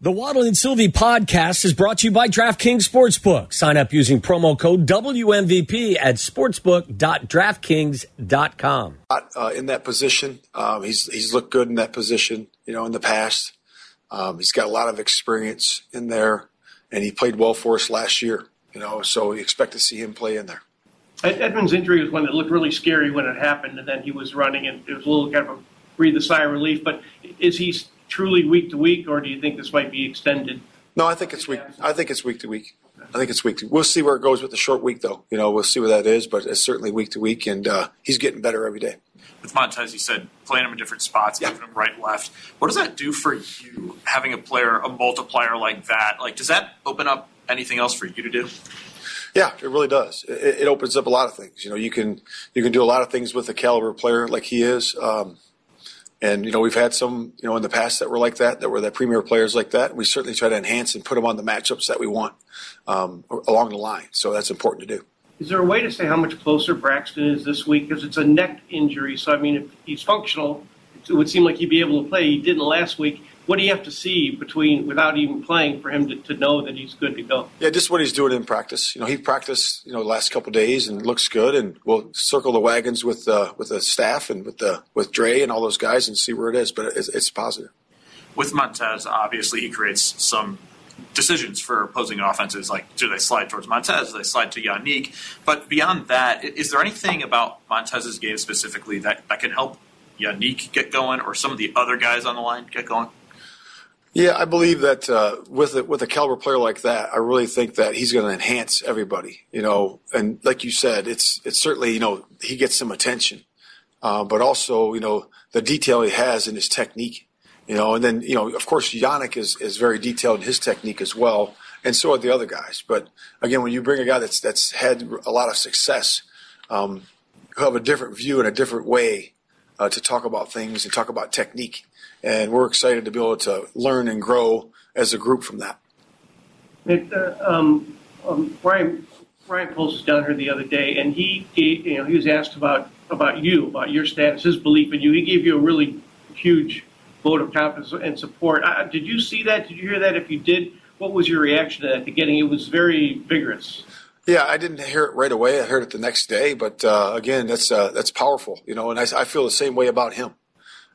The Waddle and Sylvie podcast is brought to you by DraftKings Sportsbook. Sign up using promo code WMVP at sportsbook.draftkings.com. Uh, in that position, um, he's he's looked good in that position. You know, in the past, um, he's got a lot of experience in there, and he played well for us last year. You know, so we expect to see him play in there. Edmund's injury was one that looked really scary when it happened, and then he was running, and it was a little kind of a breathe a sigh of relief. But is he truly week to week, or do you think this might be extended? No, I think it's week. I think it's week to week. I think it's week. To, we'll see where it goes with the short week, though. You know, we'll see where that is, but it's certainly week to week, and uh, he's getting better every day. With Montez, you said playing him in different spots, yeah. moving him right, left. What does that do for you having a player, a multiplier like that? Like, does that open up anything else for you to do? Yeah, it really does. It, it opens up a lot of things. You know, you can you can do a lot of things with a caliber player like he is. Um, and you know, we've had some, you know, in the past that were like that, that were that premier players like that. We certainly try to enhance and put them on the matchups that we want um, along the line. So that's important to do. Is there a way to say how much closer Braxton is this week? Because it's a neck injury. So I mean, if he's functional, it would seem like he'd be able to play. He didn't last week. What do you have to see between without even playing for him to, to know that he's good to go? Yeah, just what he's doing in practice. You know, he practiced you know the last couple days and looks good, and we'll circle the wagons with uh, with the staff and with the with Dre and all those guys and see where it is. But it's, it's positive. With Montez, obviously he creates some decisions for opposing offenses. Like, do they slide towards Montez? Do they slide to Yannick? But beyond that, is there anything about Montez's game specifically that, that can help Yannick get going or some of the other guys on the line get going? Yeah, I believe that uh, with a, with a caliber player like that, I really think that he's going to enhance everybody. You know, and like you said, it's it's certainly you know he gets some attention, uh, but also you know the detail he has in his technique. You know, and then you know of course Yannick is is very detailed in his technique as well, and so are the other guys. But again, when you bring a guy that's that's had a lot of success, um, who have a different view and a different way uh, to talk about things and talk about technique. And we're excited to be able to learn and grow as a group from that. It, uh, um, um, Ryan, Ryan Poles was down here the other day, and he gave, you know he was asked about about you, about your status, his belief in you. He gave you a really huge vote of confidence and support. Uh, did you see that? Did you hear that? If you did, what was your reaction to that? To getting it was very vigorous. Yeah, I didn't hear it right away. I heard it the next day, but uh, again, that's uh, that's powerful, you know. And I, I, feel the same way about him.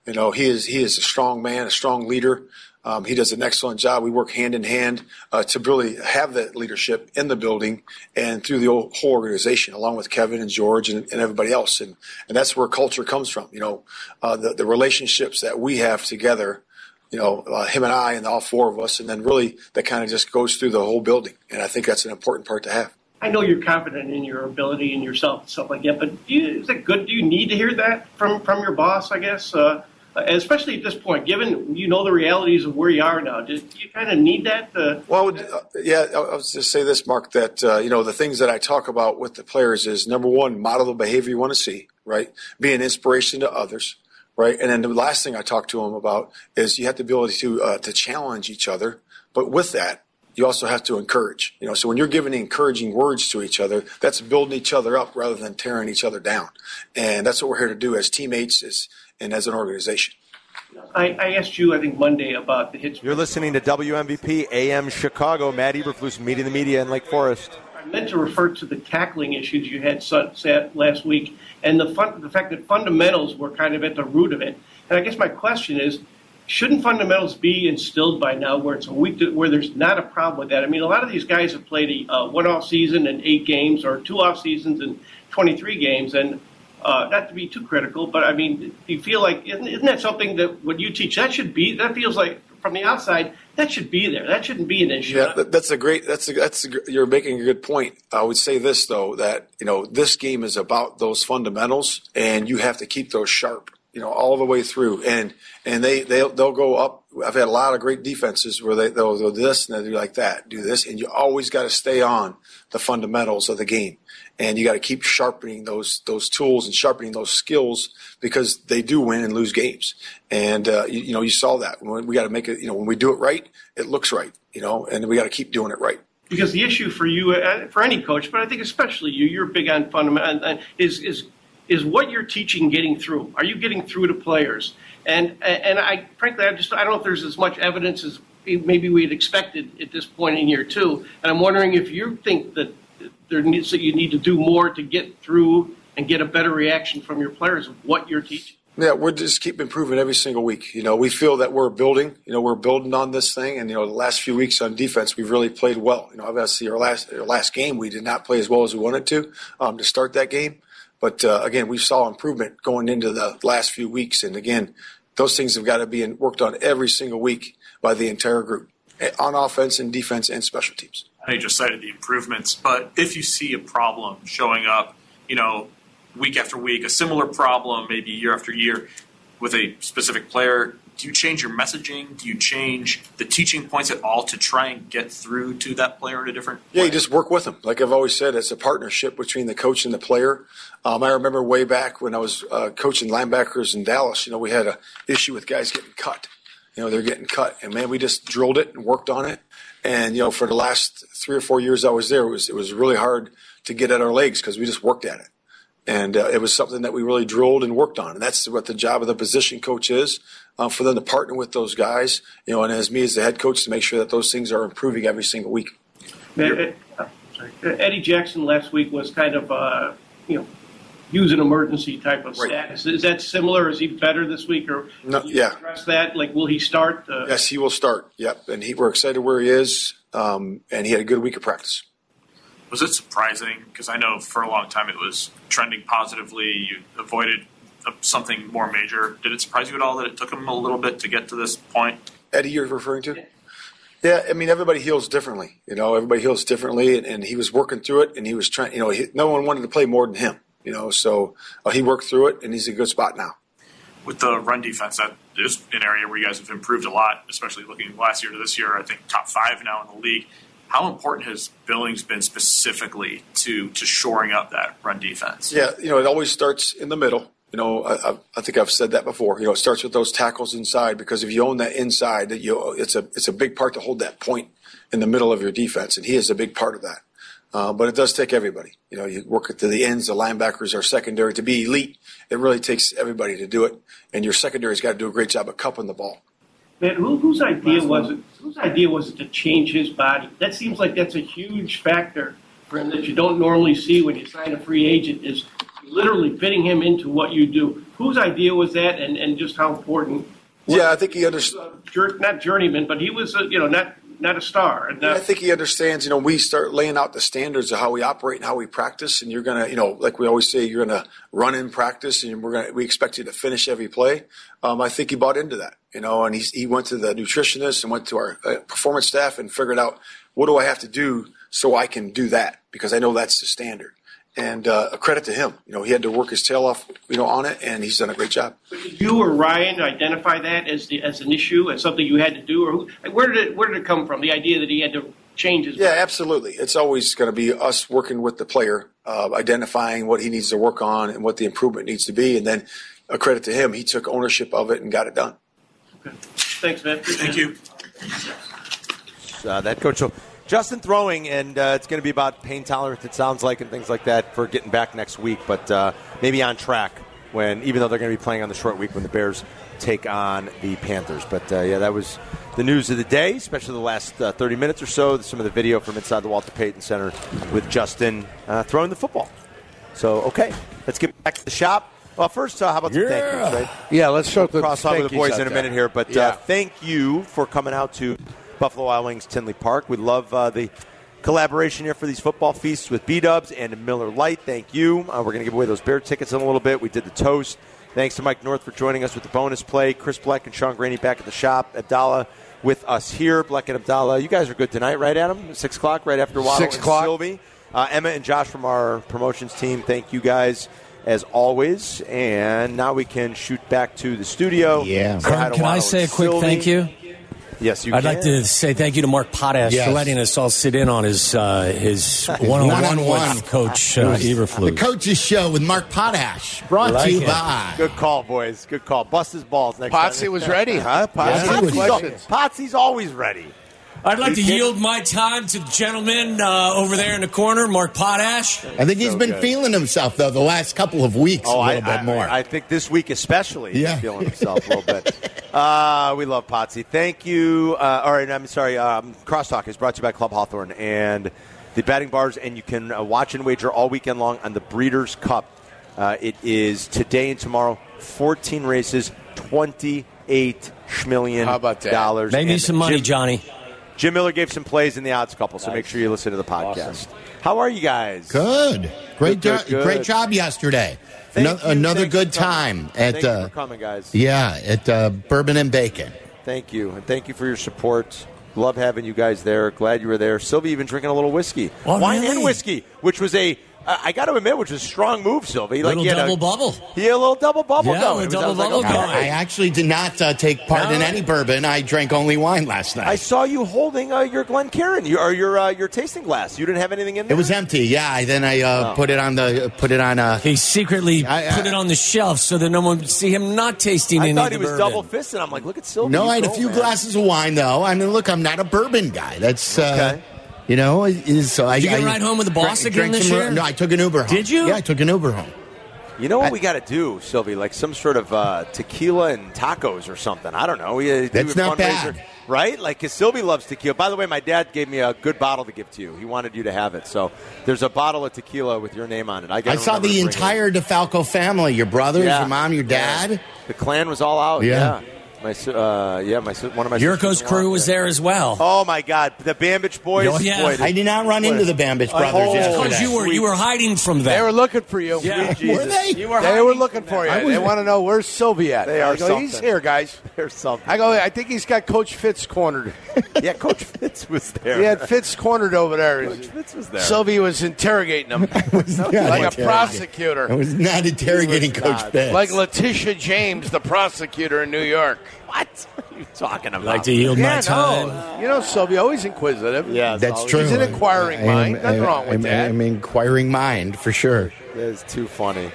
You know, he is he is a strong man, a strong leader. Um, he does an excellent job. We work hand in hand uh, to really have that leadership in the building and through the whole organization, along with Kevin and George and, and everybody else. And and that's where culture comes from. You know, uh, the the relationships that we have together you know, uh, him and I and all four of us. And then really that kind of just goes through the whole building. And I think that's an important part to have. I know you're confident in your ability and yourself and stuff like that, but you, is it good? Do you need to hear that from, from your boss, I guess? Uh, especially at this point, given you know the realities of where you are now, do you kind of need that? To, well, uh, yeah, I was just say this, Mark, that, uh, you know, the things that I talk about with the players is number one, model the behavior you want to see, right? Be an inspiration to others right? And then the last thing I talked to him about is you have to be able to uh, to challenge each other, but with that, you also have to encourage. You know, so when you're giving encouraging words to each other, that's building each other up rather than tearing each other down, and that's what we're here to do as teammates as, and as an organization. I, I, asked you, I think, Monday about the hits. You're listening to WMVP AM Chicago. Matt Eberflus meeting the media in Lake Forest. I meant to refer to the tackling issues you had last week and the, fun, the fact that fundamentals were kind of at the root of it. And I guess my question is, shouldn't fundamentals be instilled by now, where it's a week to, where there's not a problem with that? I mean, a lot of these guys have played a uh, one-off season and eight games, or two off seasons and 23 games, and uh, not to be too critical, but I mean, do you feel like isn't, isn't that something that when you teach that should be that feels like from the outside that should be there. That shouldn't be an issue. Yeah, that's a great. That's a, that's a, you're making a good point. I would say this though that you know this game is about those fundamentals, and you have to keep those sharp. You know, all the way through, and and they they they'll go up. I've had a lot of great defenses where they they'll do this and they do like that, do this, and you always got to stay on the fundamentals of the game, and you got to keep sharpening those those tools and sharpening those skills because they do win and lose games, and uh, you, you, know you saw that when we got to make it. You know, when we do it right, it looks right. You know, and we got to keep doing it right. Because the issue for you, uh, for any coach, but I think especially you, you're big on fundamental is is is what you're teaching getting through? Are you getting through to players? And and I frankly, I just I don't know if there's as much evidence as maybe we had expected at this point in year two. And I'm wondering if you think that there needs that you need to do more to get through and get a better reaction from your players of what you're teaching. Yeah, we're just keep improving every single week. You know, we feel that we're building. You know, we're building on this thing, and you know, the last few weeks on defense, we've really played well. You know, obviously our last our last game, we did not play as well as we wanted to um, to start that game, but uh, again, we saw improvement going into the last few weeks, and again, those things have got to be worked on every single week by the entire group eh, on offense and defense and special teams. I know just cited the improvements, but if you see a problem showing up, you know, week after week, a similar problem, maybe year after year, with a specific player? Do you change your messaging? Do you change the teaching points at all to try and get through to that player at a different? Yeah, you just work with them. Like I've always said, it's a partnership between the coach and the player. Um, I remember way back when I was uh, coaching linebackers in Dallas. You know, we had an issue with guys getting cut. You know, they're getting cut, and man, we just drilled it and worked on it. And you know, for the last three or four years I was there, it was it was really hard to get at our legs because we just worked at it and uh, it was something that we really drilled and worked on. And that's what the job of the position coach is uh, for them to partner with those guys, you know, and as me as the head coach to make sure that those things are improving every single week. Ed, Ed, uh, Eddie Jackson last week was kind of, uh, you know, use an emergency type of right. status. Is that similar? Is he better this week? Or no, yeah, address that. Like, will he start? uh, yes, he will start. Yep, and he, we're excited where he is, um, and he had a good week of practice was it surprising? Because I know for a long time it was trending positively. You avoided uh, something more major. Did it surprise you at all that it took him a little bit to get to this point? Eddie, you're referring to? Yeah, yeah I mean, everybody heals differently. You know, everybody heals differently, and, and he was working through it, and he was trying. You know, he, no one wanted to play more than him. You know, so uh, he worked through it, and he's in a good spot now. With the run defense, that is an area where you guys have improved a lot, especially looking last year to this year. I think top five now in the league how important has Billings been specifically to to shoring up that run defense? Yeah, you know, it always starts in the middle. You know, I, I think I've said that before. You know, it starts with those tackles inside because if you own that inside, that you it's a it's a big part to hold that point in the middle of your defense, and he is a big part of that. Uh, but it does take everybody. You know, you work it to the ends. The linebackers are secondary to be elite. It really takes everybody to do it, and your secondary's got to do a great job of cupping the ball. Man, who, whose idea was it? Whose idea was it to change his body? That seems like that's a huge factor for him that you don't normally see when you sign a free agent is literally fitting him into what you do. Whose idea was that, and, and just how important? Yeah, I think he understood. Jer- not journeyman, but he was, a, you know, not not a star. Not- I think he understands. You know, we start laying out the standards of how we operate and how we practice, and you're gonna, you know, like we always say, you're gonna run in practice, and we're gonna we expect you to finish every play. Um, I think he bought into that, you know, and he he went to the nutritionist and went to our uh, performance staff and figured out what do I have to do so I can do that because I know that's the standard. And uh, a credit to him, you know, he had to work his tail off, you know, on it, and he's done a great job. Did you or Ryan identify that as the as an issue, as something you had to do, or who, where did it, where did it come from? The idea that he had to change his. Yeah, absolutely. It's always going to be us working with the player, uh, identifying what he needs to work on and what the improvement needs to be, and then a credit to him, he took ownership of it and got it done. Okay. Thanks, man. Thank you. Uh, that coach. So Justin throwing, and uh, it's going to be about pain tolerance, it sounds like, and things like that for getting back next week, but uh, maybe on track when, even though they're going to be playing on the short week when the Bears take on the Panthers. But uh, yeah, that was the news of the day, especially the last 30 minutes or so. Some of the video from inside the Walter Payton Center with Justin uh, throwing the football. So, okay, let's get back to the shop. Well, first, uh, how about yeah. the thank yous, right? Yeah, let's show the cross talk with the boys in a minute there. here, but uh, Yeah. thank you for coming out to Buffalo Wild Wings Tinley Park. We love uh, the collaboration here for these football feasts with B Dubs and Miller Light. Thank you. Uh, we're going to give away those bear tickets in a little bit. We did the toast. Thanks to Mike North for joining us with the bonus play. Chris Black and Sean Graney back at the shop. Abdallah with us here. Black and Abdallah, you guys are good tonight, right, Adam? Six o'clock, right after Waddle Six and o'clock. Sylvie. Uh, Emma and Josh from our promotions team, thank you guys as always. And now we can shoot back to the studio. Yeah. Say hi Carm, to can I Waddle say a and quick Sylvie. thank you? Yes, you I'd can. like to say thank you to Mark Potash Yes. for letting us all sit in on his uh, his one on one one-on-one. with Coach uh, The Eberflus. Coach's Show with Mark Potash, brought Like to you it. by. Good call, boys. Good call. Bust his balls next Potsy time. was ready, huh? Potsy Yeah. Potsy's, Good al- questions. Potsy's always ready. I'd like to yield my time to the gentleman uh, over there in the corner, Mark Potash. I think he's So been good. feeling himself though the last couple of weeks a Oh, I, little bit I- more. I think this week especially, he's Yeah. feeling himself a little bit. Uh, we love Potsy. Thank you. Uh, all right, I'm sorry. Um, Crosstalk is brought to you by Club Hawthorne and the batting bars, and you can uh, watch and wager all weekend long on the Breeders' Cup. Uh, it is today and tomorrow. 14 races, 28 million How about that? dollars. Maybe And some money, Jim- Johnny. Jim Miller gave some plays in the odds couple, so make sure you listen to the podcast. How are you guys? Good. Great Good, job. good, Great good. job yesterday. Thank Ano- you, another thank good you for coming. time at Thank you uh, for coming, guys. Yeah, at uh, Bourbon and Bacon. Thank you, and thank you for your support. Love having you guys there. Glad you were there. Sylvie even drinking a little whiskey, Oh, wine really? and whiskey, which was a I I got to admit, which was a strong move, Sylvie. Little you had double a, bubble. He had a little double bubble Yeah, going. little It was- I double was like, bubble okay. going. I actually did not uh, take part in No. any bourbon. I drank only wine last I night. saw you holding uh, your Glencairn, your or your uh, your tasting glass. You didn't have anything it in there. was empty. Yeah. I, then I uh, Oh. put it on the put it on uh, He secretly I- I- put it on the shelf so that no one would see him not tasting I any thought of he the was bourbon. double fisted. I'm like, look at Sylvie. No, you I had a go, few man. glasses of wine though. I mean, look, I'm not a bourbon guy. That's uh, Okay. you know, it is so I Did you get I a ride home with the boss drank- again drank this some- year? No, I took an Uber home. Did you? Yeah, I took an Uber home. You know what I- we got to do, Sylvie? Like some sort of uh, tequila and tacos or something. I don't know. We, uh, do That's a not fundraiser, bad. right? Like, 'cause Sylvie loves tequila. By the way, my dad gave me a good bottle to give to you. He wanted you to have it. So there's a bottle of tequila with your name on it. I, I gotta saw remember the to bring entire it. DeFalco family, your brothers, Yeah. your mom, your dad. Yeah. The clan was all out. Yeah. Yeah, my si- uh, yeah, my si- one of my Yurko's sisters-in-law crew was there as well. Oh my God, the Bambich boys! Oh, yeah. Boy, did- I did not run into the Bambich A brothers whole- because yesterday. you were you were hiding from that. They were looking for you. Yeah. Sweet Jesus. Were they? You were they were looking for you. I They was- want to know where's Sylvie at. They are I go, he's something. here, guys. There's something. I go. I think he's got Coach Fitz cornered. yeah, Coach Fitz was there. He had Fitz cornered over there. Coach Fitz was there. Sylvie was interrogating him not like a interrogating. I prosecutor, was not interrogating He was Coach not. Fitz. like Letitia James, the prosecutor in New York. what are you talking about? like to yield my Yeah, time. no. You know, Sylvie always inquisitive. Yeah, it's That's always- true. He's an inquiring I am- mind. Nothing I- wrong with I'm- that. I'm an inquiring mind for sure. That's too funny.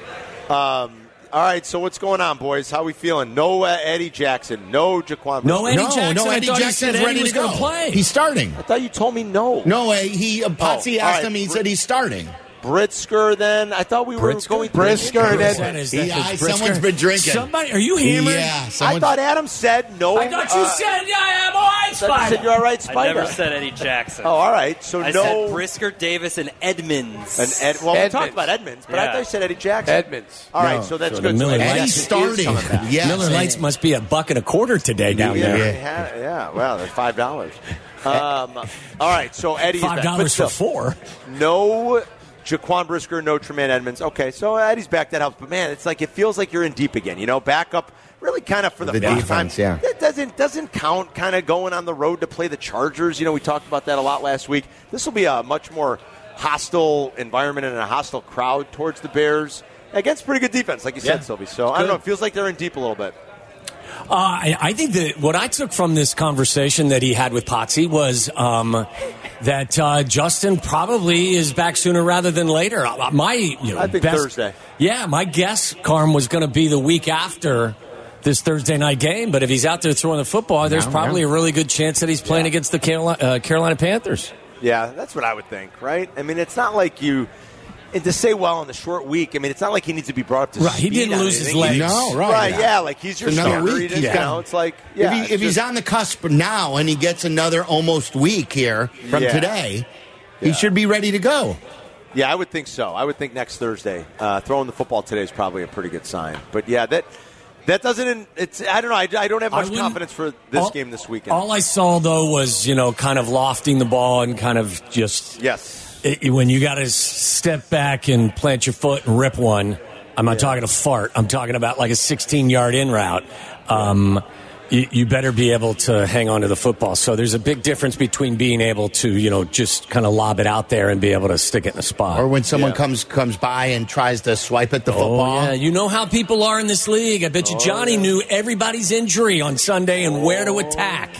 Um, all right, so what's going on, boys? How we feeling? No uh, Eddie Jackson, no Jaquan. No Eddie no, Jackson. no, I Eddie thought he Jackson's said Eddie ready was to gonna go. play. He's starting. I thought you told me no. No, uh, he uh, Potsy Oh, all asked right. him. He said he's starting. Britsker. Then I thought we were Britzker? going Brisker and Britzker. Ed- is He- I- someone's been drinking. Somebody, are you hammered? Yeah, I someone- thought Adam said no. I thought you uh, said yeah, I am all right, I thought you Spider. said you're all right, Spider. I never said Eddie Jackson. Oh, all right. So I no. said Brisker, Davis, and Edmonds. and Ed, well, we Edmonds. talked about Edmonds, but I Yeah. thought you said Eddie Jackson. Edmonds. All right, No. so that's So the good. Miller so Eddie Lights- Eddie's Jackson is starting. coming back. Yes, Miller Lights must be a buck and a quarter today down Yeah, there. they had- yeah, wow, that's five dollars. Um, all right, so Eddie is back, Five but dollars still. for four. No Jaquan Brisker, no Tremaine Edmonds. Okay, so Eddie's back. That helps. But man, it's like it feels like you're in deep again. You know, back up really kind of for the, The first defense, time. yeah. That doesn't doesn't count. Kind of going on the road to play the Chargers. You know, we talked about that a lot last week. This will be a much more hostile environment and a hostile crowd towards the Bears against pretty good defense, like you Yeah. said, Sylvie. So I don't know. It feels like they're in deep a little bit. Uh, I, I think that what I took from this conversation that he had with Potsy was um, that uh, Justin probably is back sooner rather than later. Uh, My, you know, I think best- Thursday. Yeah, my guess, Carm, was going to be the week after this Thursday night game. But if he's out there throwing the football, there's No, probably no. a really good chance that he's playing against the Carolina, uh, Carolina Panthers. Yeah, that's what I would think, right? I mean, it's not like you. And to say well in the short week, I mean, it's not like he needs to be brought up to Right, he speed. didn't on lose his anything. legs. No, right. Right, yeah, like he's your It's another starter. week He he's did, you know, got. it's like yeah, if, it's he, if he's just- on the cusp now and he gets another almost week here from Yeah. today, he should be ready to go. yeah, I would think so. I would think next Thursday, uh, throwing the football today is probably a pretty good sign. But yeah, that that doesn't. It's I don't know. I, I don't have I much wouldn't- confidence for this all- game this weekend. All I saw though was you know kind of lofting the ball and kind of just yes, it, when you got to step back and plant your foot and rip one. I'm not talking a fart. I'm talking about like a 16 yard in route. Um, you, you better be able to hang on to the football. So there's a big difference between being able to, you know, just kind of lob it out there and be able to stick it in a spot. Or when someone Yeah. comes comes by and tries to swipe at the football. Oh, yeah. You know how people are in this league. I bet you Johnny knew everybody's injury on Sunday and where to attack.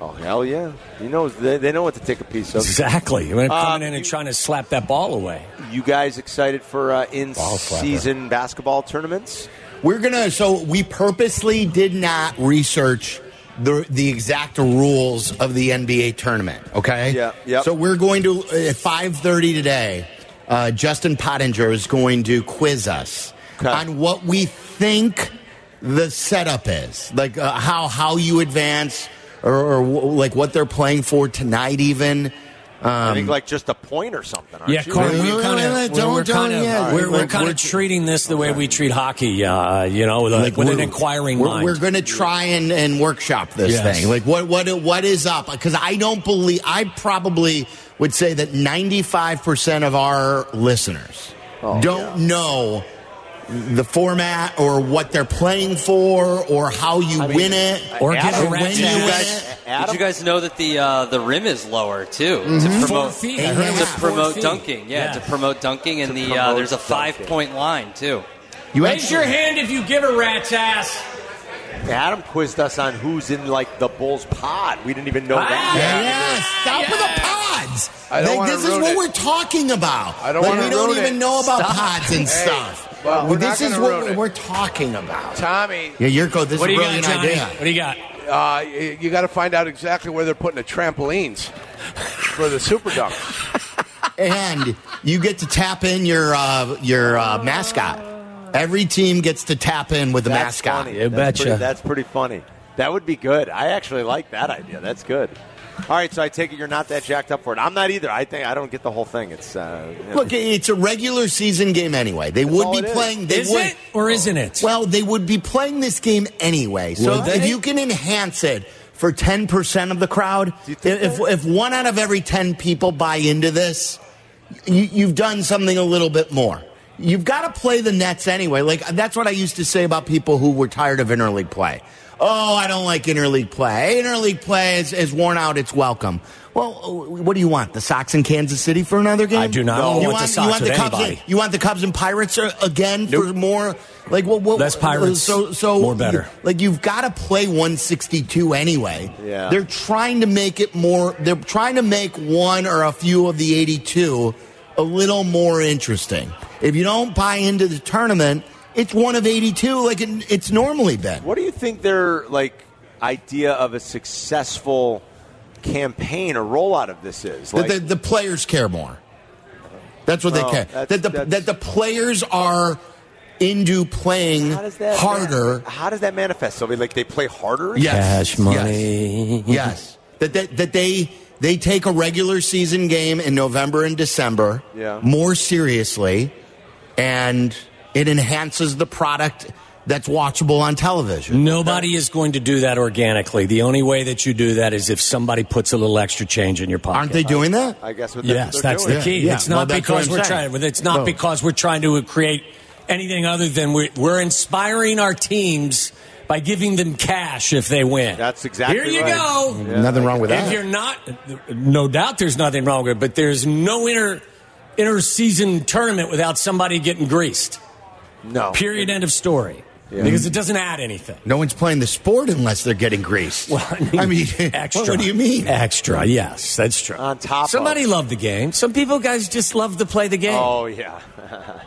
oh hell yeah, you know they, they know what to take a piece of. Exactly. When Um, coming in and you- trying to slap that ball away. You guys excited for uh, in slapper. season basketball tournaments? We're gonna. So we purposely did not research the the exact rules of the NBA tournament. Okay. Yeah, yep. So we're going to at five thirty today. Uh, Justin Pottinger is going to quiz us Okay. on what we think the setup is, like uh, how how you advance, or, or w- like what they're playing for tonight, even. Uh, I think like just a point or something. Aren't Yeah, you? Corey, Wait, wait, we're wait, kind wait, of wait, we're, don't- we're don't- kind of yeah, we're, we're we're- kind we're- of treating this the way we treat hockey, uh, you know, with, a- with an we're- inquiring we're, mind. We're going to try and, and workshop this Yes. thing. Like what what what is up? Because I don't believe I probably would say that ninety five percent of our listeners Oh, don't know the format or what they're playing for or how you win it Or give a when rat's you ass. win guys- it. Did you guys know that the uh, the rim is lower too to Four promote feet. I heard it to was four promote feet. dunking? Yeah, Yeah. to promote dunking, and the uh, promote there's a five dunking. point line too. You Raise your actually- hand if you give a rat's ass. Adam quizzed us on who's in like the Bulls pod. We didn't even know Yeah, yeah, that. stop with the pods. I don't Like, wanna this is ruin what it. we're talking about. I don't like, wanna we don't ruin even it. know about pods and Hey, stuff. well, we're this not is gonna what ruin we're, it. we're talking about. Tommy, Yeah, Yurko, this What do is you really got, an Johnny? idea. What do you got? uh, y- you got to find out exactly where they're putting the trampolines for the Super Dunk. and you get to tap in your uh, your uh, mascot. Every team gets to tap in with the That's mascot. funny. You that's betcha. Pretty, that's pretty funny. That would be good. I actually like that idea. That's good. All right, so I take it you're not that jacked up for it. I'm not either. I think I don't get the whole thing. It's uh, you know. Look, it's a regular season game anyway. They would all be it is. playing. They Is would. it or isn't it? Well, they would be playing this game anyway. So Would if they? you can enhance it for ten percent of the crowd, you think if if one out of every ten people buy into this, you, you've done something a little bit more. You've got to play the Nets anyway. Like that's what I used to say about people who were tired of interleague play. Oh, I don't like interleague play. Interleague play is, is worn out. It's welcome. Well, uh, what do you want? The Sox in Kansas City for another game? I do not want the Sox with Cubs anybody. in- you want the Cubs and Pirates uh, again for more? Like what? what Less Pirates, So so more better. Like you've got to play 162 anyway. Yeah. They're trying to make it more. They're trying to make one or a few of the 82 a little more interesting. If you don't buy into the tournament, it's one of 82 like it, it's normally been. What do you think their like idea of a successful campaign or rollout of this is? Like, that the, the players care more. That's what they Oh, care. that's- That the that's- that the players are into playing how does that harder. how does that manifest? So like they play harder. Yes. Cash money. Yes. Yes. That, that that they they take a regular season game in November and December Yeah. more seriously and it enhances the product that's watchable on Mm. television. Nobody is going to do that organically. The only way that you do that is if somebody puts a little extra change in your pocket. Aren't they doing that? I guess. What Yes, what that's they're the doing. key. Yeah, It's well, not that's what because I'm we're saying. trying. It's not No. because we're trying to create anything other than we're, we're inspiring our teams by giving them cash if they win. That's exactly Here you right. go. Yeah, Nothing wrong with If that. you're not, no doubt there's nothing wrong with it, but there's no inter inter season tournament without somebody getting greased. No. Period. End of story. Because it doesn't add anything. No one's playing the sport unless they're getting greased. I mean, extra. What do you mean? Uh, Extra. Yes, that's true. On top of- somebody loved the game. Some people guys just love to play the game. Oh yeah.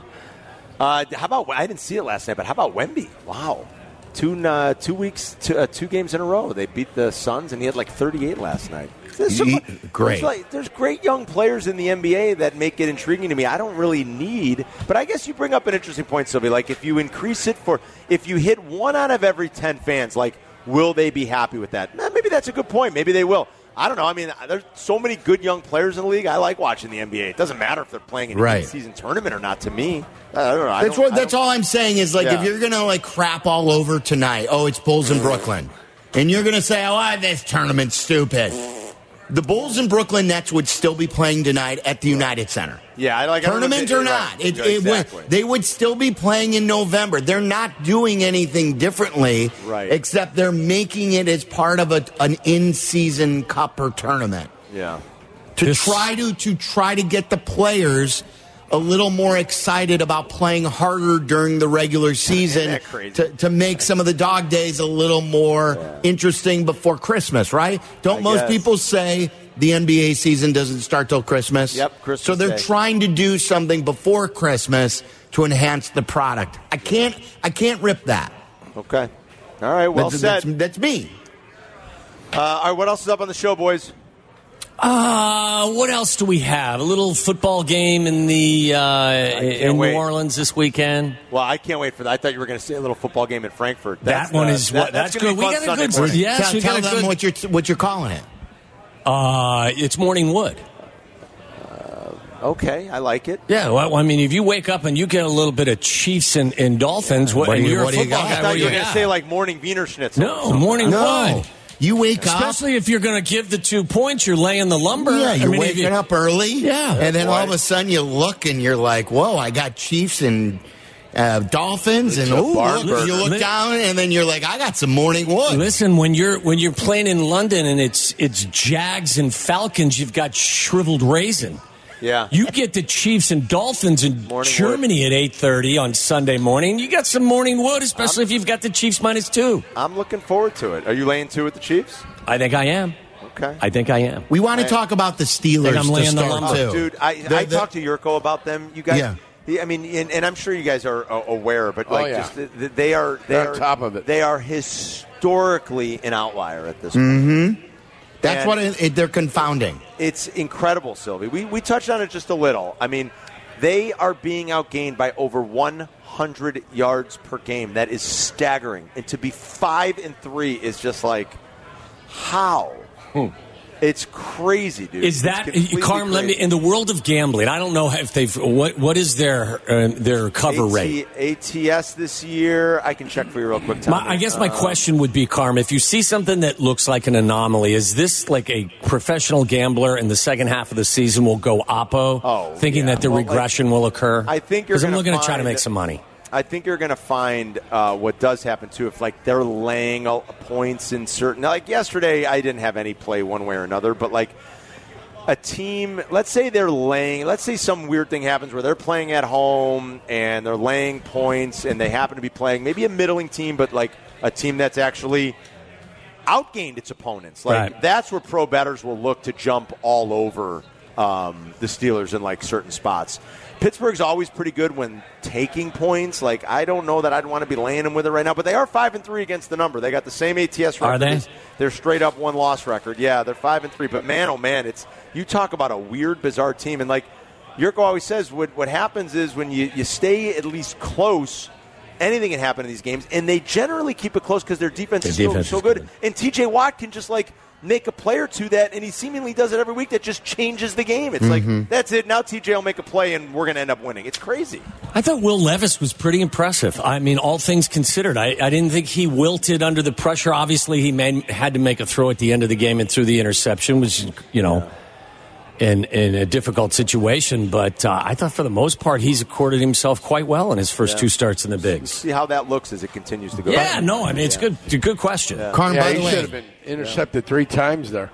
uh, how about I didn't see it last night, but how about Wemby? Wow. Two uh, two weeks, two, uh, two games in a row. They beat the Suns, and he had like 38 last night. There's some- Ye- great. There's, like, there's great young players in the NBA that make it intriguing to me. I don't really need, but I guess you bring up an interesting point, Sylvie. Like if you increase it for, if you hit one out of every 10 fans, like will they be happy with that? Eh, Maybe that's a good point. Maybe they will. I don't know. I mean, there's so many good young players in the league. I like watching the NBA. It doesn't matter if they're playing in a Right. season tournament or not. To me, I don't know. I That's don't- what. I That's don't- all I'm saying is like Yeah. if you're gonna like crap all over tonight. Oh, it's Bulls in Brooklyn, and you're gonna say, "Oh, ah, this tournament's stupid." The Bulls and Brooklyn Nets would still be playing tonight at the United Center. Yeah, I like I don't know if Tournament they- or right. not, it, Yeah, it would- exactly. they would still be playing in November. They're not doing anything differently, Right. except they're making it as part of a, an in-season cup or tournament Yeah. to This- try to to try to get the players a little more excited about playing harder during the regular season that crazy? to, to make some of the dog days a little more interesting before Christmas, right? Don't I most guess. people say the NBA season doesn't start till Christmas? Yep, Christmas So they're Day. trying to do something before Christmas to enhance the product. I can't I can't rip that. Okay. All right. Well that's, said. that's, that's me. Uh, all right, what else is up on the show, boys? Uh, what else do we have? A little football game in the uh, in wait. New Orleans this weekend. Well, I can't wait for that. I thought you were going to say a little football game in Frankfurt. that one uh, is that- what that's, gonna good. be fun We got a Sunday good. morning. Yes, tell we tell got a them good. what you're what you're calling it. uh, it's Morning Wood. Okay, I like it. Yeah, well, I mean, if you wake up and you get a little bit of Chiefs and, and Dolphins, what, What do and you- you're what a do you football got? guy, I what thought do you were you going to got? say like morning Wiener Schnitzel. or no something. morning No, wood. you wake up. Especially if you're going to give the two points, you're laying the lumber. Yeah, I you're mean, if waking you- up early. Yeah. and then all of a sudden you look and you're like, "Whoa, I got Chiefs and uh, Dolphins," and took ooh, look, Barnberger. you look Li- down and then you're like, "I got some morning wood." Listen, when you're when you're playing in London and it's it's Jags and Falcons, you've got shriveled raisin. Yeah. You get the Chiefs and Dolphins in Morning Germany at eight thirty on Sunday morning. You got some morning wood, especially if you've got the Chiefs minus two. I'm looking forward to it. Are you laying two with the Chiefs? I think I am. Okay. I think I am. We want to talk about the Steelers I'm to laying the start lumber. too, Oh, dude, I, The- I the- talked to Yurko about them. You guys, Yeah. yeah. I mean, and, and I'm sure you guys are uh, aware, but Oh, like, yeah. just th- th- they are they They're on are top of it. They are historically an outlier at Mm-hmm. this. point. That's and- what it, it- they're confounding. It's incredible, Sylvie. We we touched on it just a little. I mean, they are being outgained by over 100 yards per game. That is staggering, and to be five and three is just like how. It's crazy, dude. Hmm. Is It's that completely Carm? Let me crazy. in the world of gambling. I don't know if they've what what is their uh, their cover AT- rate. ATS this year. I can check for you real quick. My, Tommy. I guess my Uh, question would be, Carm, if you see something that looks like an anomaly, is this like a professional gambler in the second half of the season will go oppo, Oh, thinking yeah. that the Well, like, regression will occur? I think you're because I'm gonna looking to try to find- make some money. I think you're going to find uh, what does happen too. If like they're laying all points in certain, like yesterday, I didn't have any play one way or another, but like a team, let's say they're laying, let's say some weird thing happens where they're playing at home and they're laying points and they happen to be playing maybe a middling team, but like a team that's actually outgained its opponents. Like Right. that's where pro betters will look to jump all over um, the Steelers in like certain spots. Pittsburgh's always pretty good when taking points. Like I don't know that I'd want to be laying them with it right now, but they are five and three against the number. They got the same ATS record. Are they? as- They're straight up one loss record. Yeah, they're five and three. But man, oh man, it's you talk about a weird, bizarre team. And like Yurko always says, what what happens is when you, you stay at least close, anything can happen in these games, and they generally keep it close because their defense Their is so, defense so is good. good. And TJ Watt can just like make a play or two that, and he seemingly does it every week. That just changes the game. It's like Mm-hmm. that's it. Now TJ will make a play, and we're going to end up winning. It's crazy. I thought Will Levis was pretty impressive. I mean, all things considered, I, I didn't think he wilted under the pressure. Obviously, he made, had to make a throw at the end of the game and threw the interception, which you know, in in a difficult situation. But uh, I thought for the most part, he's accorded himself quite well in his first two starts in the bigs. See how that looks as it continues to go. Yeah, no, I mean it's good. Good question. Carm, Yeah, by he the should have way, been intercepted three times there.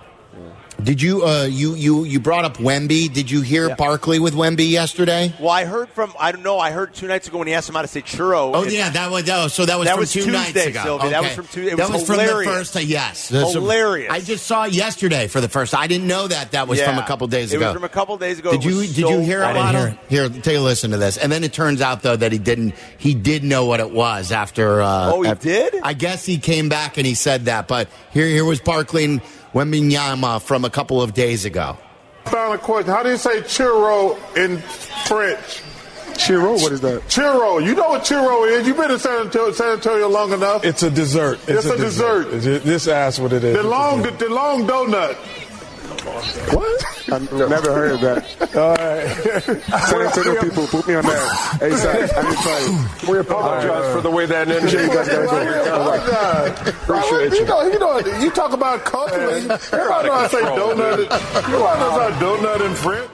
did you uh, you you you brought up Wemby? Did you hear Barkley with Wemby yesterday? Well, I heard from I don't know. I heard two nights ago when he asked him how to say churro. Oh it's yeah, that was that was, so that was That from was two Tuesday, nights ago. Sylvie. That was from Tuesday. It that was was from the hilarious. first. Uh, yes, That's a- Hilarious. I just saw it yesterday for the first. I didn't know that that was yeah. from a couple days It ago. was from a couple days ago. did It you was did so you hear I it? didn't Waddle? Here, take a listen to this. And then it turns out though that he didn't. He did know what it was after. Uh, Oh, he after- did? I guess he came back and he said that. But here, here was Barkley and Wembinyama from a couple of days ago. found a question. How do you say churro in French? Chiro, what is that? Churro. You know what churro is. You've been in San Antonio, San Antonio long enough. It's a dessert. It's a dessert. Is it- This ass what it is. the long, the, the long donut. What? I've never heard of that. All right. San Antonio people, put me on that. Hey, sir, I need to try it. We apologize for the way that energy you guys got Appreciate you. you. Know, you know, you talk about culturally. Everybody knows I say donut. Everybody knows I donut in French.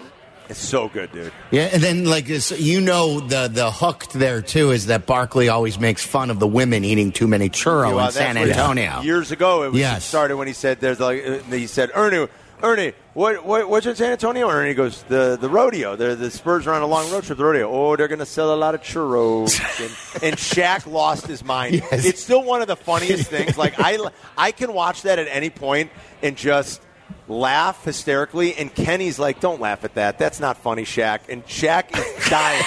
It's so good, dude. Yeah, and then like so you know the the hook there too is that Barkley always makes fun of the women eating too many churro Well, in San that's what- Antonio. Years ago, it, was, Yes. it started when he said, "There's like," uh, he said, "Ernie, Ernie, what, what, what's in San Antonio?" And Ernie goes, "The the rodeo. The the Spurs are on a long road trip. The rodeo. Oh, they're going to sell a lot of churros." and, and Shaq lost his mind. Yes. It's still one of the funniest things. Like I I can watch that at any point and just. laugh hysterically, and Kenny's like, "Don't laugh at that. That's not funny, Shaq." And Shaq is dying.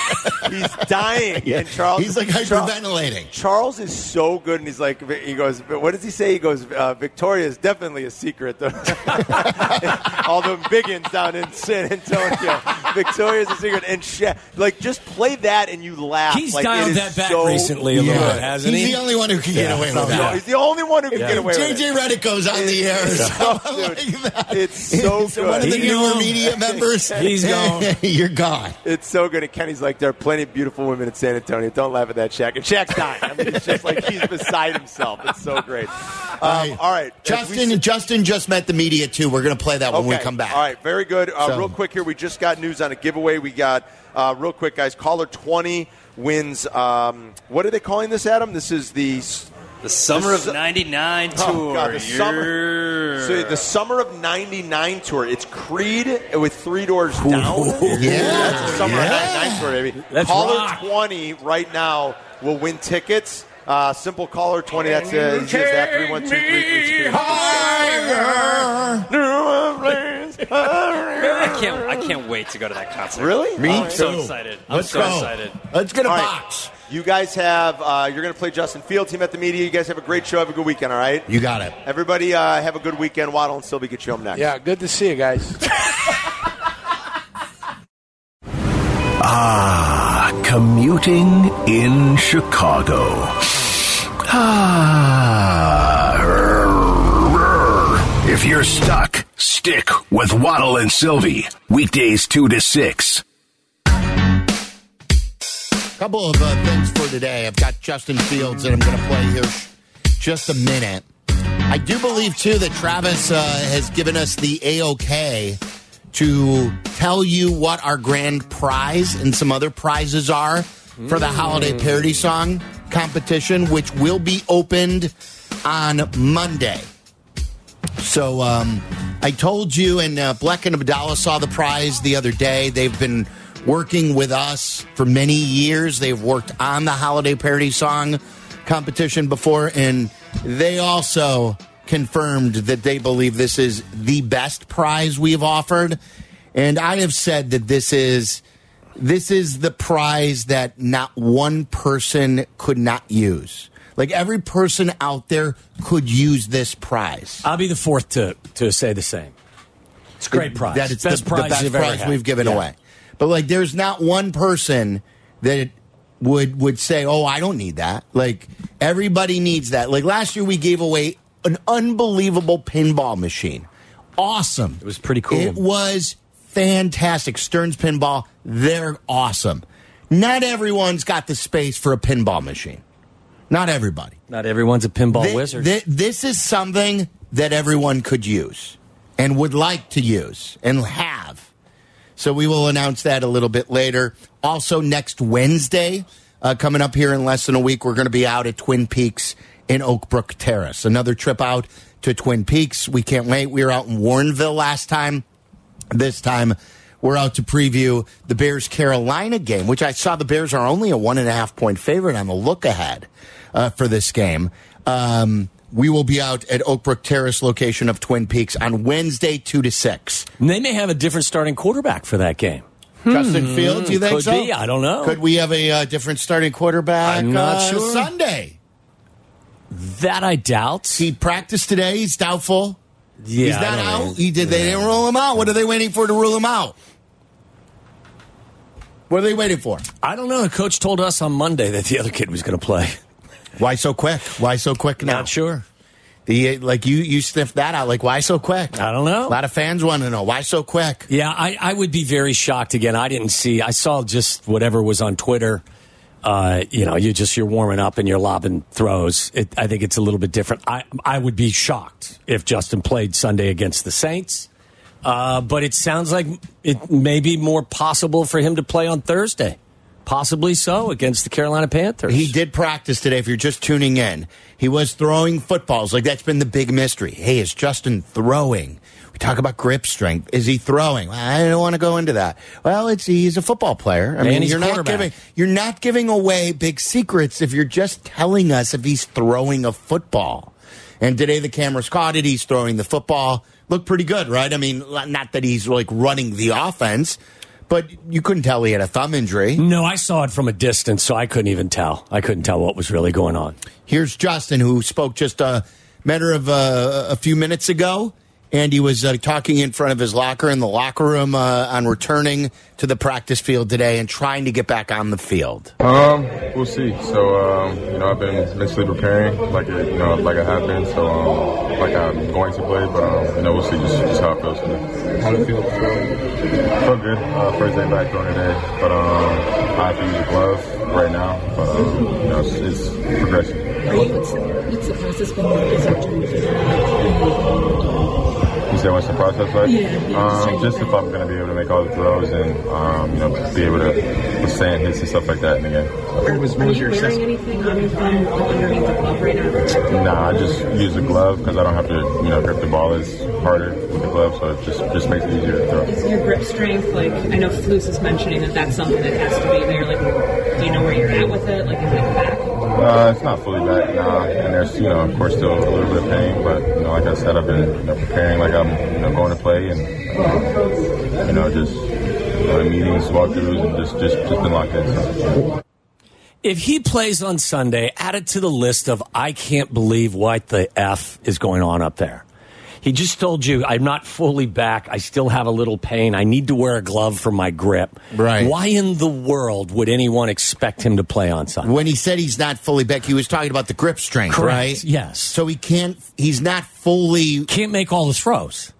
he's dying. Yeah. And Charles, He's, like, Charles- hyperventilating. Charles is so good, and he's like, he goes, "What does he say?" He goes, uh, "Victoria is definitely a secret." All them biggins down in San Antonio. Victoria's a secret, and Shaq, like, just play that, and you laugh. He's like, it dialed is that back so recently a little good. bit, hasn't He's he? the only one who can get Yeah, away so- with that. He's the only one who can Yeah. get away with it. JJ Reddick goes on the air. or something like that. It's so He's One of good. the He's newer gone. media members. He's gone. You're gone. It's so good. And Kenny's like, there are plenty of beautiful women in San Antonio. Don't laugh at that, Shaq. And Shaq's dying. I mean, it's just like he's beside himself. It's so great. Um, all right. As we Justin. Justin just met the media too. We're gonna play that when we Okay. come back. All right, very good. Uh, So- Real quick here, we just got news on a giveaway. We got uh, real quick, guys. Caller twenty wins. Um, what are they calling this, Adam? This is the s- The summer The of su- '99 tour. Oh, God, the summer. Yeah. so the summer of '99 tour. It's Creed with Three Doors Down. Yeah. that's the summer Yeah. of '99 tour, baby. Let's caller rock. twenty right now will win tickets. Uh, simple caller twenty. That's uh, easy as that. Three one two three three two. I can't. I can't wait to go to that concert. Really? Me I'm so too. excited. I'm Let's so go. excited. Let's get a All right. box. You guys have, uh, you're going to play Justin Field, team at the media. You guys have a great show. Have a good weekend, all right? You got it. Everybody uh, have a good weekend. Waddle and Sylvie get you home next. Yeah, good to see you guys. Ah, commuting in Chicago. Ah, rrr, rrr. if you're stuck, stick with Waddle and Sylvie. Weekdays 2 to 6. couple of uh, things for today. I've got Justin Fields that I'm going to play here sh- just a minute. I do believe too that Travis uh, has given us the AOK to tell you what our grand prize and some other prizes are for the holiday parody song competition, which will be opened on Monday. So um, I told you, and uh, Black and Abdallah saw the prize the other day. They've been working with us for many years. They've worked on the holiday parody song competition before, and they also confirmed that they believe this is the best prize we have offered. And I have said that this is this is the prize that not one person could not use. Like every person out there could use this prize. I'll be the fourth to to say the same. It's a great prize. That it's best the, prize the best you've ever prize had. we've given Yeah. away. But like, there's not one person that would would say, "Oh, I don't need that." Like everybody needs that. Like last year, we gave away an unbelievable pinball machine. Awesome. It was pretty cool. It was fantastic. Stearns Pinball, they're awesome. Not everyone's got the space for a pinball machine. Not everybody. Not everyone's a pinball Thi- wizard. thi- this is something that everyone could use and would like to use and have. So we will announce that a little bit later. Also, next Wednesday, uh, coming up here in less than a week, we're going to be out at Twin Peaks in Oakbrook Terrace. Another trip out to Twin Peaks. We can't wait. We were out in Warrenville last time. This time, we're out to preview the Bears Carolina game, which I saw the Bears are only a one and a half point favorite on the look ahead uh, for this game. Um, we will be out at Oakbrook Terrace location of Twin Peaks on Wednesday, 2 to 6. And they may have a different starting quarterback for that game. Justin Fields, you think Hmm. Could so? be. I don't know. Could we have a uh, different starting quarterback I'm not uh, sure. Sunday? That I doubt. He practiced today. He's doubtful. yeah, He's I not don't out. know. He did. They didn't rule him out. What are they waiting for to rule him out? What are they waiting for? I don't know. The coach told us on Monday that the other kid was going to play. Why so quick? Why so quick now? Not sure. The, like you, you sniffed that out. Like why so quick? I don't A know. lot of fans want to know why so quick. Yeah, I, I would be very shocked again. I didn't see. I saw just whatever was on Twitter. Uh, you know, you just you're warming up and you're lobbing throws. It, I think it's a little bit different. I I would be shocked if Justin played Sunday against the Saints. Uh, but it sounds like it may be more possible for him to play on Thursday, possibly so against the Carolina Panthers. He did practice today. If you're just tuning in, he was throwing footballs. Like that's been the big mystery. Hey, is Justin throwing? We talk about grip strength. Is he throwing? Well, I don't want to go into that. Well, it's he's a football player. I And mean, he's you're not quarterback. giving you're not giving away big secrets if you're just telling us if he's throwing a football. And today the cameras caught it. He's throwing the football. looked pretty good, right? I mean, l- not that he's like running the offense, but you couldn't tell he had a thumb injury. No, I saw it from a distance, so I couldn't even tell. I couldn't tell what was really going on. Here's Justin, who spoke just a matter of uh, a few minutes ago, and he was uh, talking in front of his locker in the locker room uh, on returning to the practice field today and trying to get back on the field. Um, we'll see. So, um, you know, I've been mentally preparing, like it, you know, like it happened. So, um, like I'm going to play, but um, you know, we'll see just, just how it feels for me. How did it feel? Felt good. Uh, first day back on today, but um, I have to use a glove right now. But um, you know, it's, it's progressing. What's, what's the process been like as a You said what's the process like? Yeah, yeah, just um, just if I'm gonna be able to make all the throws and um, you know, be able to withstand hits and stuff like that in the game. Where was, Are you wearing anything other than like, underneath the glove right now? Nah, I just use a glove because I don't have to, you know, grip the ball as harder with the glove, so it just just makes it easier to throw. Is your grip strength like? I know Fluce is mentioning that that's something that has to be there. Like, do you know where you're at with it? Like, is it back? Uh, it's not fully back, nah, and there's, you know, of course, still a little bit of pain, but you know, like I said, I've been you know, preparing, like I'm, you know, going to play and, you know, just you know, meetings, walkthroughs, and just just just been locked in. So. If he plays on Sunday, add it to the list of I can't believe what the F is going on up there. He just told you, I'm not fully back. I still have a little pain. I need to wear a glove for my grip. Right. Why in the world would anyone expect him to play on Sunday? When he said he's not fully back, he was talking about the grip strength, Correct, right? yes. So he can't. He's not fully. Can't make all the throws.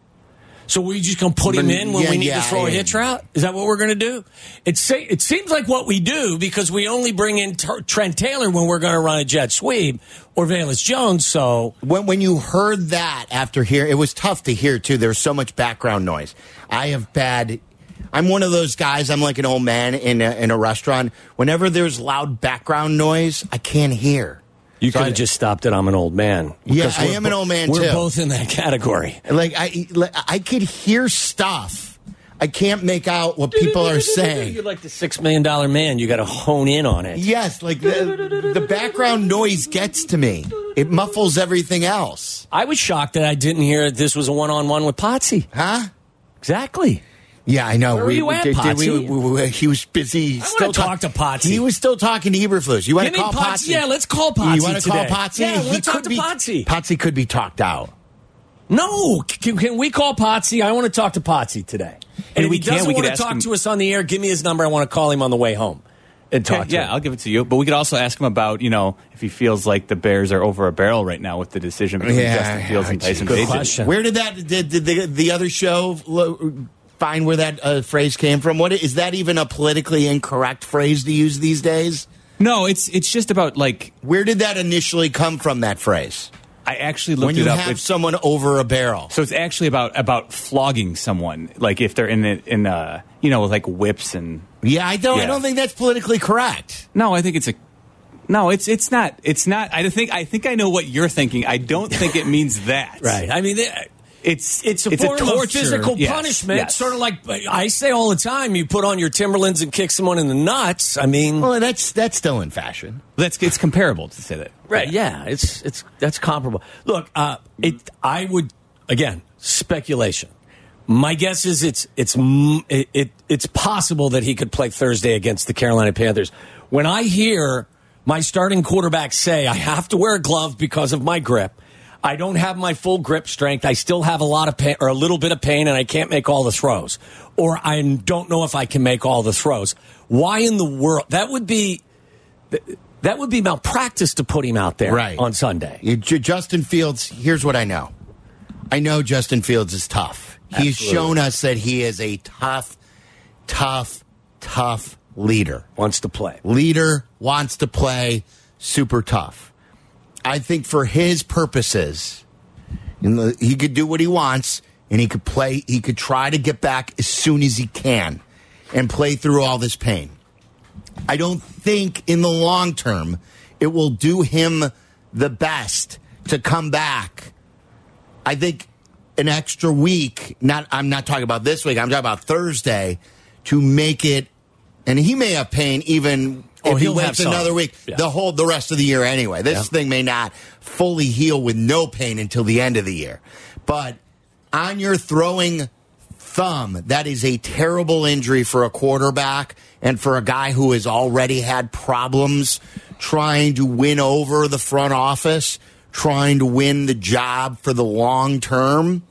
So we're just going to put him But- in when yeah, we need yeah, to throw a yeah. hitch route? Is that what we're going to do? It, say, it seems like what we do because we only bring in T- Trent Taylor when we're going to run a jet sweep or Valus Jones. So When when you heard that after hearing, it was tough to hear too. There was so much background noise. I have bad. I'm one of those guys. I'm like an old man in a, in a restaurant. Whenever there's loud background noise, I can't hear. you could have just stopped it. I'm an old man. Yeah, Because I we're am an bo- old man We're too. both in that category. Like I like, I could hear stuff. I can't make out what people are saying. You're like the six million dollar man. You got to hone in on it. Yes, like the, the background noise gets to me. It muffles everything else. I was shocked that I didn't hear that this was a one on one with Potsy. Huh? Exactly. Yeah, I know. Where were you at, we- Potsy? we- he was busy. wanna still talk to Potsy. He was still talking to Eberflus. You want Give to me call Potsy. Potsy? Yeah, let's call Potsy You want to call today. Potsy? Yeah, I wanna He talk could to be- Potsy. Potsy could be talked out. No, can, can we call Potsy? I want to talk to Potsy today. Yeah, And if we he can. doesn't We could want to ask talk him- to us on the air, give me his number. I want to call him on the way home and talk Okay, to yeah, him. I'll give it to you. But we could also ask him about, you know, if he feels like the Bears are over a barrel right now with the decision between Yeah, Justin Fields and Tyson good Bagent. question. Where did that did, did the the other show lo- find where that uh, phrase came from? What is that even a politically incorrect phrase to use these days? No, it's it's just about like Where did that initially come from? That phrase I actually looked when you it up. have It's- someone over a barrel. so it's actually about about flogging someone, like if they're in the, in uh you know like whips and Yeah, I don't. I Yeah. don't think that's politically correct. no, I think it's a no, it's it's not it's not. I think I think I know what you're thinking. I don't think it means that. Right. I mean, they- It's it's a form torture. of physical Yes, punishment, yes. sort of like I say all the time. You put on your Timberlands and kick someone in the nuts. I mean, Well, that's that's still in fashion. That's it's comparable to say that. Right. Yeah. It's it's that's comparable. Look, uh, it. I would again speculation. My guess is it's it's m- it, it it's possible that he could play Thursday against the Carolina Panthers. When I hear my starting quarterback say I have to wear a glove because of my grip, I don't have my full grip strength. I still have a lot of pain or a little bit of pain and I can't make all the throws or I don't know if I can make all the throws. Why in the world? That would be that would be malpractice to put him out there Right. on Sunday. You- Ju- Justin Fields, here's what I know. I know Justin Fields is tough. He's Absolutely. shown us that he is a tough, tough, tough leader. Wants to play. Leader wants to play super tough. I think for his purposes, in the- he could do what he wants and he could play, he could try to get back as soon as he can and play through all this pain. I don't think in the long term it will do him the best to come back. I think an extra week, not I'm not talking about this week, I'm talking about Thursday to make it and he may have pain even Oh, if he he'll have waits some. another week, Yeah. the whole the rest of the year anyway. This Yeah. thing may not fully heal with no pain until the end of the year. But on your throwing thumb. That is a terrible injury for a quarterback and for a guy who has already had problems trying to win over the front office, trying to win the job for the long term.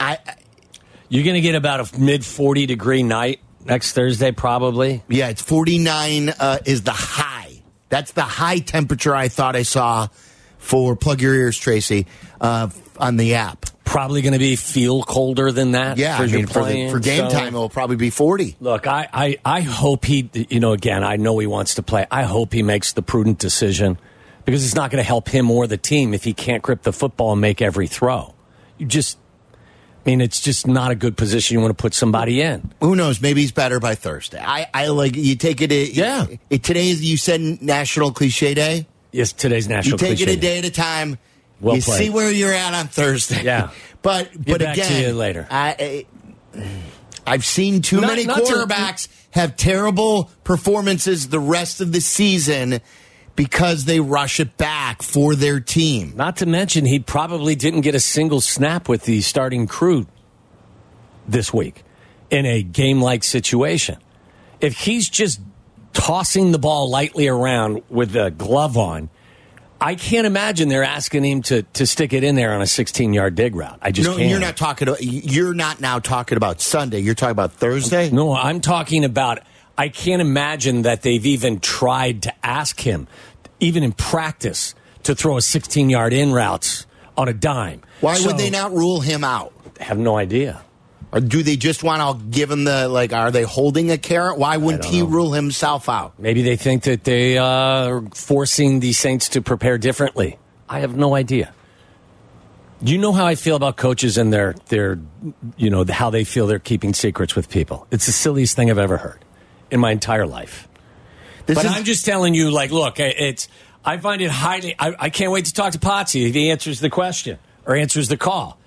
I You're going to get about a mid 40 degree night next Thursday, probably. Yeah, it's 49 uh, is the high. That's the high temperature I thought I saw for plug your ears, Tracy, uh, on the app. Probably going to be feel colder than that. Yeah, for, I your mean, for, the, playing, for game so- time, it'll probably be 40. Look, I, I, I hope he, you know, again, I know he wants to play. I hope he makes the prudent decision because it's not going to help him or the team if he can't grip the football and make every throw. You just, I mean, it's just not a good position you want to put somebody in. Who knows? Maybe he's better by Thursday. I, I like you take it. A, yeah. It, today is you said National Cliche Day. Yes, today's National You take Cliche it a day at a time. Well you played. see where you're at on Thursday. Yeah. But but back to again, you later. I, I have seen too Not- many not to- quarterbacks have terrible performances the rest of the season because they rush it back for their team. Not to mention, he probably didn't get a single snap with the starting crew this week in a game like situation. If he's just tossing the ball lightly around with a glove on, I can't imagine they're asking him to, to stick it in there on a 16 yard dig route. I just no, can't. you're not talking. You're not now talking about Sunday. You're talking about Thursday. No, I'm talking about. I can't imagine that they've even tried to ask him, even in practice, to throw a 16 yard in routes on a dime. Why So- would they not rule him out? have no idea. Or do they just want to give him the like? Are they holding a carrot? Why wouldn't he rule himself out? Maybe they think that they uh, are forcing the Saints to prepare differently. I have no idea. You know how I feel about coaches and their their you know how they feel they're keeping secrets with people. It's the silliest thing I've ever heard in my entire life. but I'm just telling you, like, look, I- it's I find it highly. I, I can't wait to talk to Potsy if he answers the question or answers the call.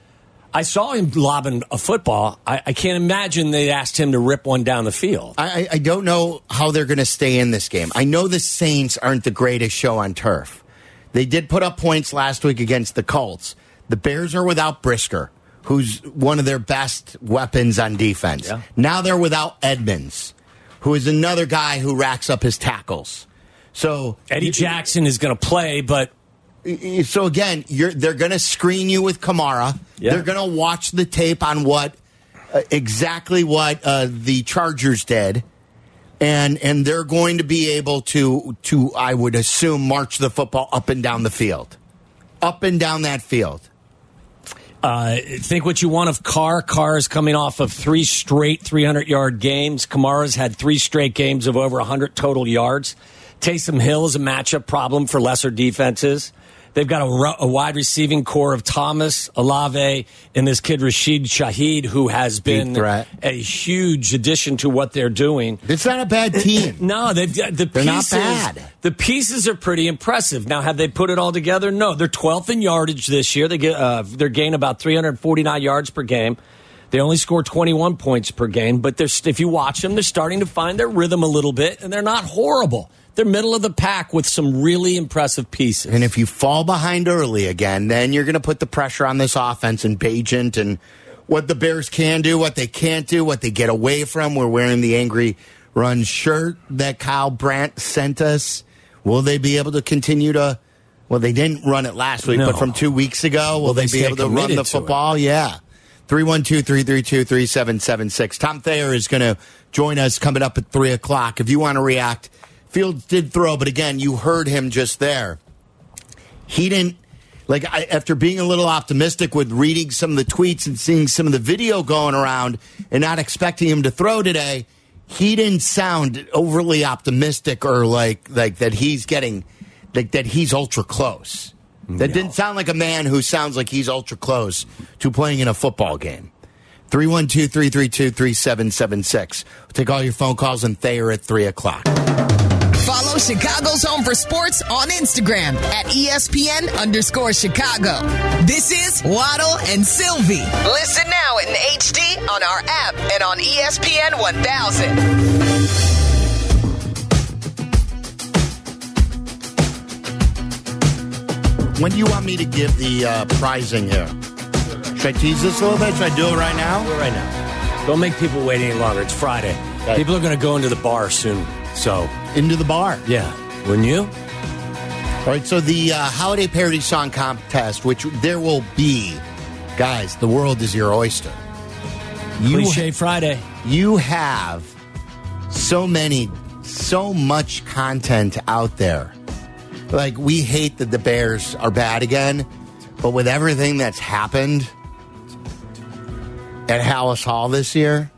I saw him lobbing a football. I, I can't imagine they asked him to rip one down the field. I, I- I don't know how they're going to stay in this game. I know the Saints aren't the greatest show on turf. They did put up points last week against the Colts. The Bears are without Brisker, who's one of their best weapons on defense. Now they're without Edmonds, who is another guy who racks up his tackles. So Eddie Jackson is going to play, but so again, you're they're going to screen you with Kamara. They're going to watch the tape on what uh, exactly what uh, the Chargers did, and and they're going to be able to to I would assume march the football up and down the field, up and down that field. Uh, think what you want of Carr. Carr is coming off of three straight 300 yard games. Kamara's had three straight games of over 100 total yards. Taysom Hill is a matchup problem for lesser defenses. They've got a, ru- a wide receiving core of Thomas, Alave, and this kid Rashid Shaheed, who has been threat. a huge addition to what they're doing. It's not a bad team. no, they've got the They're not pieces. bad. The pieces are pretty impressive. Now, have they put it all together? No, they're 12th in yardage this year. They get uh, they're gaining about 349 yards per game. They only score 21 points per game, but they're, if you watch them, they're starting to find their rhythm a little bit, and they're not horrible. They're middle of the pack with some really impressive pieces. And if you fall behind early again, then you're going to put the pressure on this offense and Bajent and what the Bears can do, what they can't do, what they get away from. We're wearing the Angry Run shirt that Kyle Brandt sent us. Will they be able to continue to? Well, they didn't run it last week, No. but from two weeks ago, will Will they, they be stay able to run committed the to it? football? Yeah. 312 332 3776. Tom Thayer is going to join us coming up at 3 o'clock. If you want to react, Fields did throw, but again, you heard him just there he didn't like I, after being a little optimistic with reading some of the tweets and seeing some of the video going around and not expecting him to throw today he didn't sound overly optimistic or like like that he's getting like that he's ultra close that didn't sound like a man who sounds like he's ultra close to playing in a football game 312 332 3776. Take all your phone calls and Thayer at 3 o'clock. Follow Chicago's Home for Sports on Instagram at E ESPN underscore Chicago. This is Waddle and Sylvie. Listen now in HD on our app and on E ESPN 1000. When do you want me to give the uh, prizing here? Should I tease this a little bit? Should I do it right now? Do it right now. Don't make people wait any longer. It's Friday. People are going to go into the bar soon. So into the bar. Yeah, wouldn't you? All right. So the uh, holiday parody song contest, which there will be, guys. The world is your oyster. Cliche Friday. You have so many, so much content out there. Like we hate that the Bears are bad again, but with everything that's happened at Hallis Hall this year,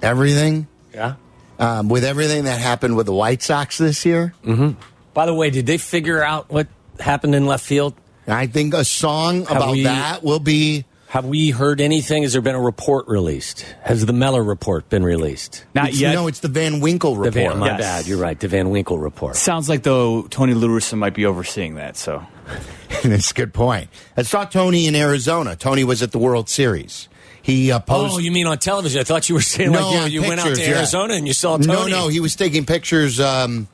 everything. Yeah. Um, with everything that happened with the White Sox this year. Mm-hmm. By the way, did they figure out what happened in left field? I think a song Have about we- that will be. Have we heard anything? Has there been a report released? Has the Meller report been released? It's- No, it's the Van Winkle The report. Van, my Yes. bad. You're right. The Van Winkle report. Sounds like though Tony LaRussa might be overseeing that. So That's a good point. I saw Tony in Arizona. Tony was at the World Series. He uh, posed. Oh, you mean on television? I thought you were saying like on you, you went out to pictures, yeah. Arizona and you saw Tony. No, no, he was taking pictures um,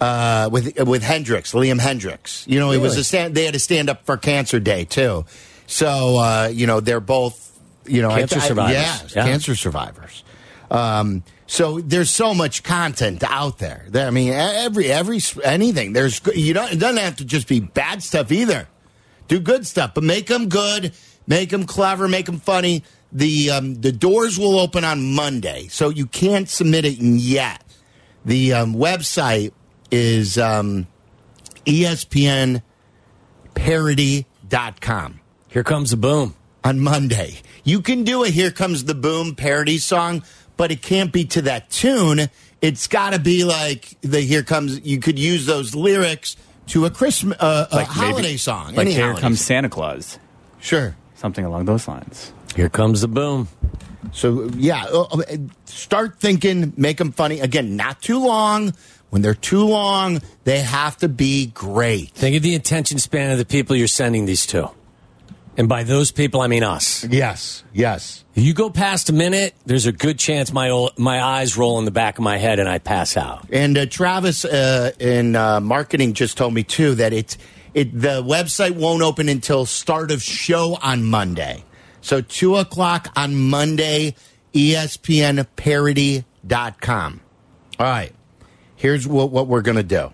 uh, with with Hendrix, Liam Hendrix. You know, it was Really? a stand. They had a stand up for Cancer Day too. So uh, you know, they're both you know I- Cancer I- survivors. yeah, Yeah. cancer survivors. Um, so there's so much content out there. That, I mean, e- every every s- anything. There's g- you don't it doesn't have to just be bad stuff either. Do good stuff, but make them good, make them clever, make them funny. The um, the doors will open on Monday, so you can't submit it yet. The um, website is um, ESPNParody.com Here comes the boom on Monday. You can do a Here Comes the Boom parody song, but it can't be to that tune. It's got to be like the Here Comes. You could use those lyrics to a Christmas, uh, a holiday song. Like any here holiday comes song. Santa Claus. Sure. Something along those lines. Here comes the boom. So yeah, uh, uh, start thinking, make them funny again. Not too long. When they're too long, they have to be great. Think of the attention span of the people you're sending these to. And by those people, I mean us. Yes, yes. You go past a minute, there's a good chance my old, my eyes roll in the back of my head and I pass out. And uh, Travis uh, in uh, marketing just told me too that it's it the website won't open until start of show on Monday. So two o'clock on Monday, E ESPNParody.com. All right, here's what, what we're gonna do.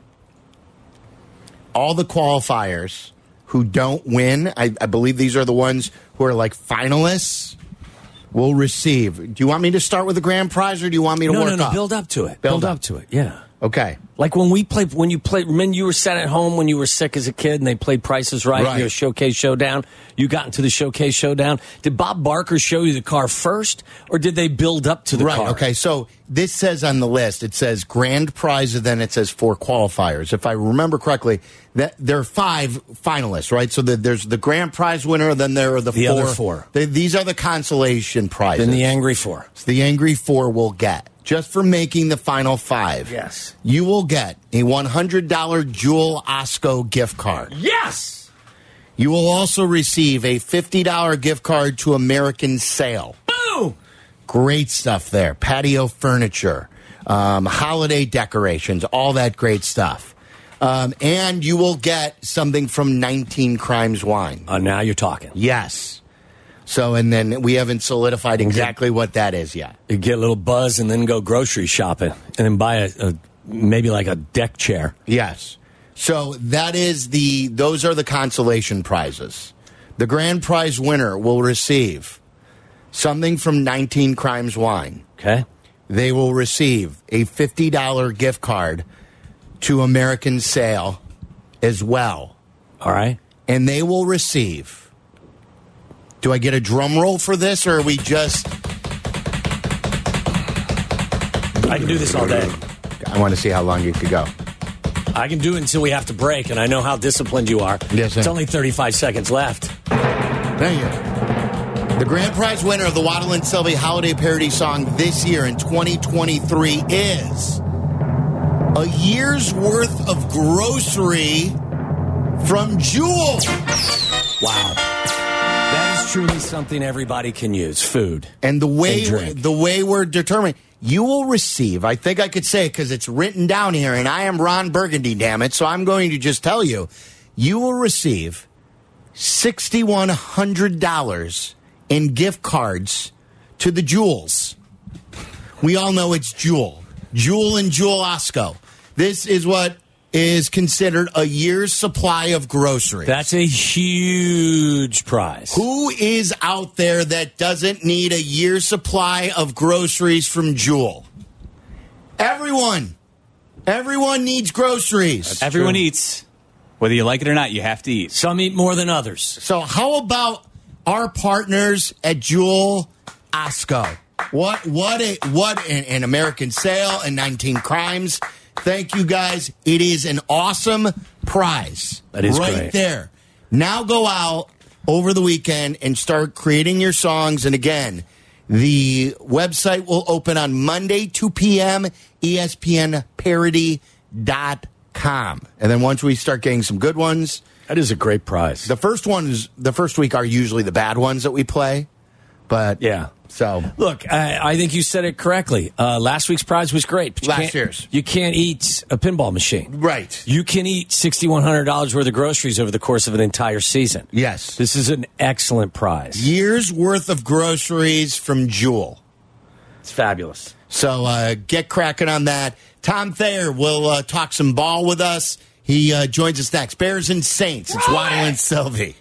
All the qualifiers who don't win, I, I believe these are the ones who are like finalists, will receive. Do you want me to start with the grand prize, or do you want me to no, work no, no, up? build up to it. Build Build, up. up. to it. Yeah. Okay. Like when we played, when you played, when you were sat at home when you were sick as a kid and they played Prices Right, Right. your showcase showdown, you got into the showcase showdown. Did Bob Barker show you the car first or did they build up to the right. car? Okay. So this says on the list, it says grand prize, and then it says four qualifiers. If I remember correctly, that there are five finalists, right? So the, there's the grand prize winner, then there are the, The four. other four. They- these are the consolation prizes. Then the angry four. So the angry four will get just for making the final five. Yes. You will get a $100 Jewel Osco gift card. Yes. You will also receive a $50 gift card to American Sale. Boom. Great stuff there. Patio furniture, um, holiday decorations, all that great stuff. Um, and you will get something from 19 Crimes Wine. Uh, now you're talking. Yes. So, and then we haven't solidified exactly what that is yet. You get a little buzz and then go grocery shopping and then buy a, a maybe like a deck chair. Yes. So that is the those are the consolation prizes. The grand prize winner will receive something from 19 Crimes Wine. Okay. They will receive a $50 gift card to American Sale as well. All right. And they will receive Do I get a drum roll for this or are we just I can do this all day. I want to see how long you could go. I can do it until we have to break, and I know how disciplined you are. Yes, sir. It's only 35 seconds left. There you go. The grand prize winner of the Waddle and Sylvie holiday parody song this year in 2023 is a year's worth of grocery from Jewel. Wow. That is truly something everybody can use food. And the way And drink. the way we're determining, you will receive. I think I could say it because it's written down here, and I am Ron Burgundy, damn it. So I'm going to just tell you, you will receive sixty one hundred dollars and gift cards to the Jewels. We all know it's Jewel. Jewel and Jewel Osco. This is what is considered a year's supply of groceries. That's a huge prize. Who is out there that doesn't need a year's supply of groceries from Jewel? Everyone. Everyone needs groceries. Everyone eats. Whether you like it or not, you have to eat. Some eat more than others. So, how about our partners at Jewel Osco? What what a what an, an American sale and 19 crimes. Thank you guys. It is an awesome prize. That is right great. there. Now go out over the weekend and start creating your songs. And again, the website will open on Monday, 2 p.m., ESPNparody.com. And then once we start getting some good ones. That is a great prize. The first ones, the first week are usually the bad ones that we play. But yeah. So Look, I, I think you said it correctly. Uh, last week's prize was great. but you Last can't- year's. You can't eat a pinball machine. Right. You can eat $6,100 worth of groceries over the course of an entire season. Yes. This is an excellent prize. years worth of groceries from Jewel. It's fabulous. So uh, get cracking on that. Tom Thayer will uh, talk some ball with us. He uh, joins us next. Bears and Saints. It's Waddle and Sylvie.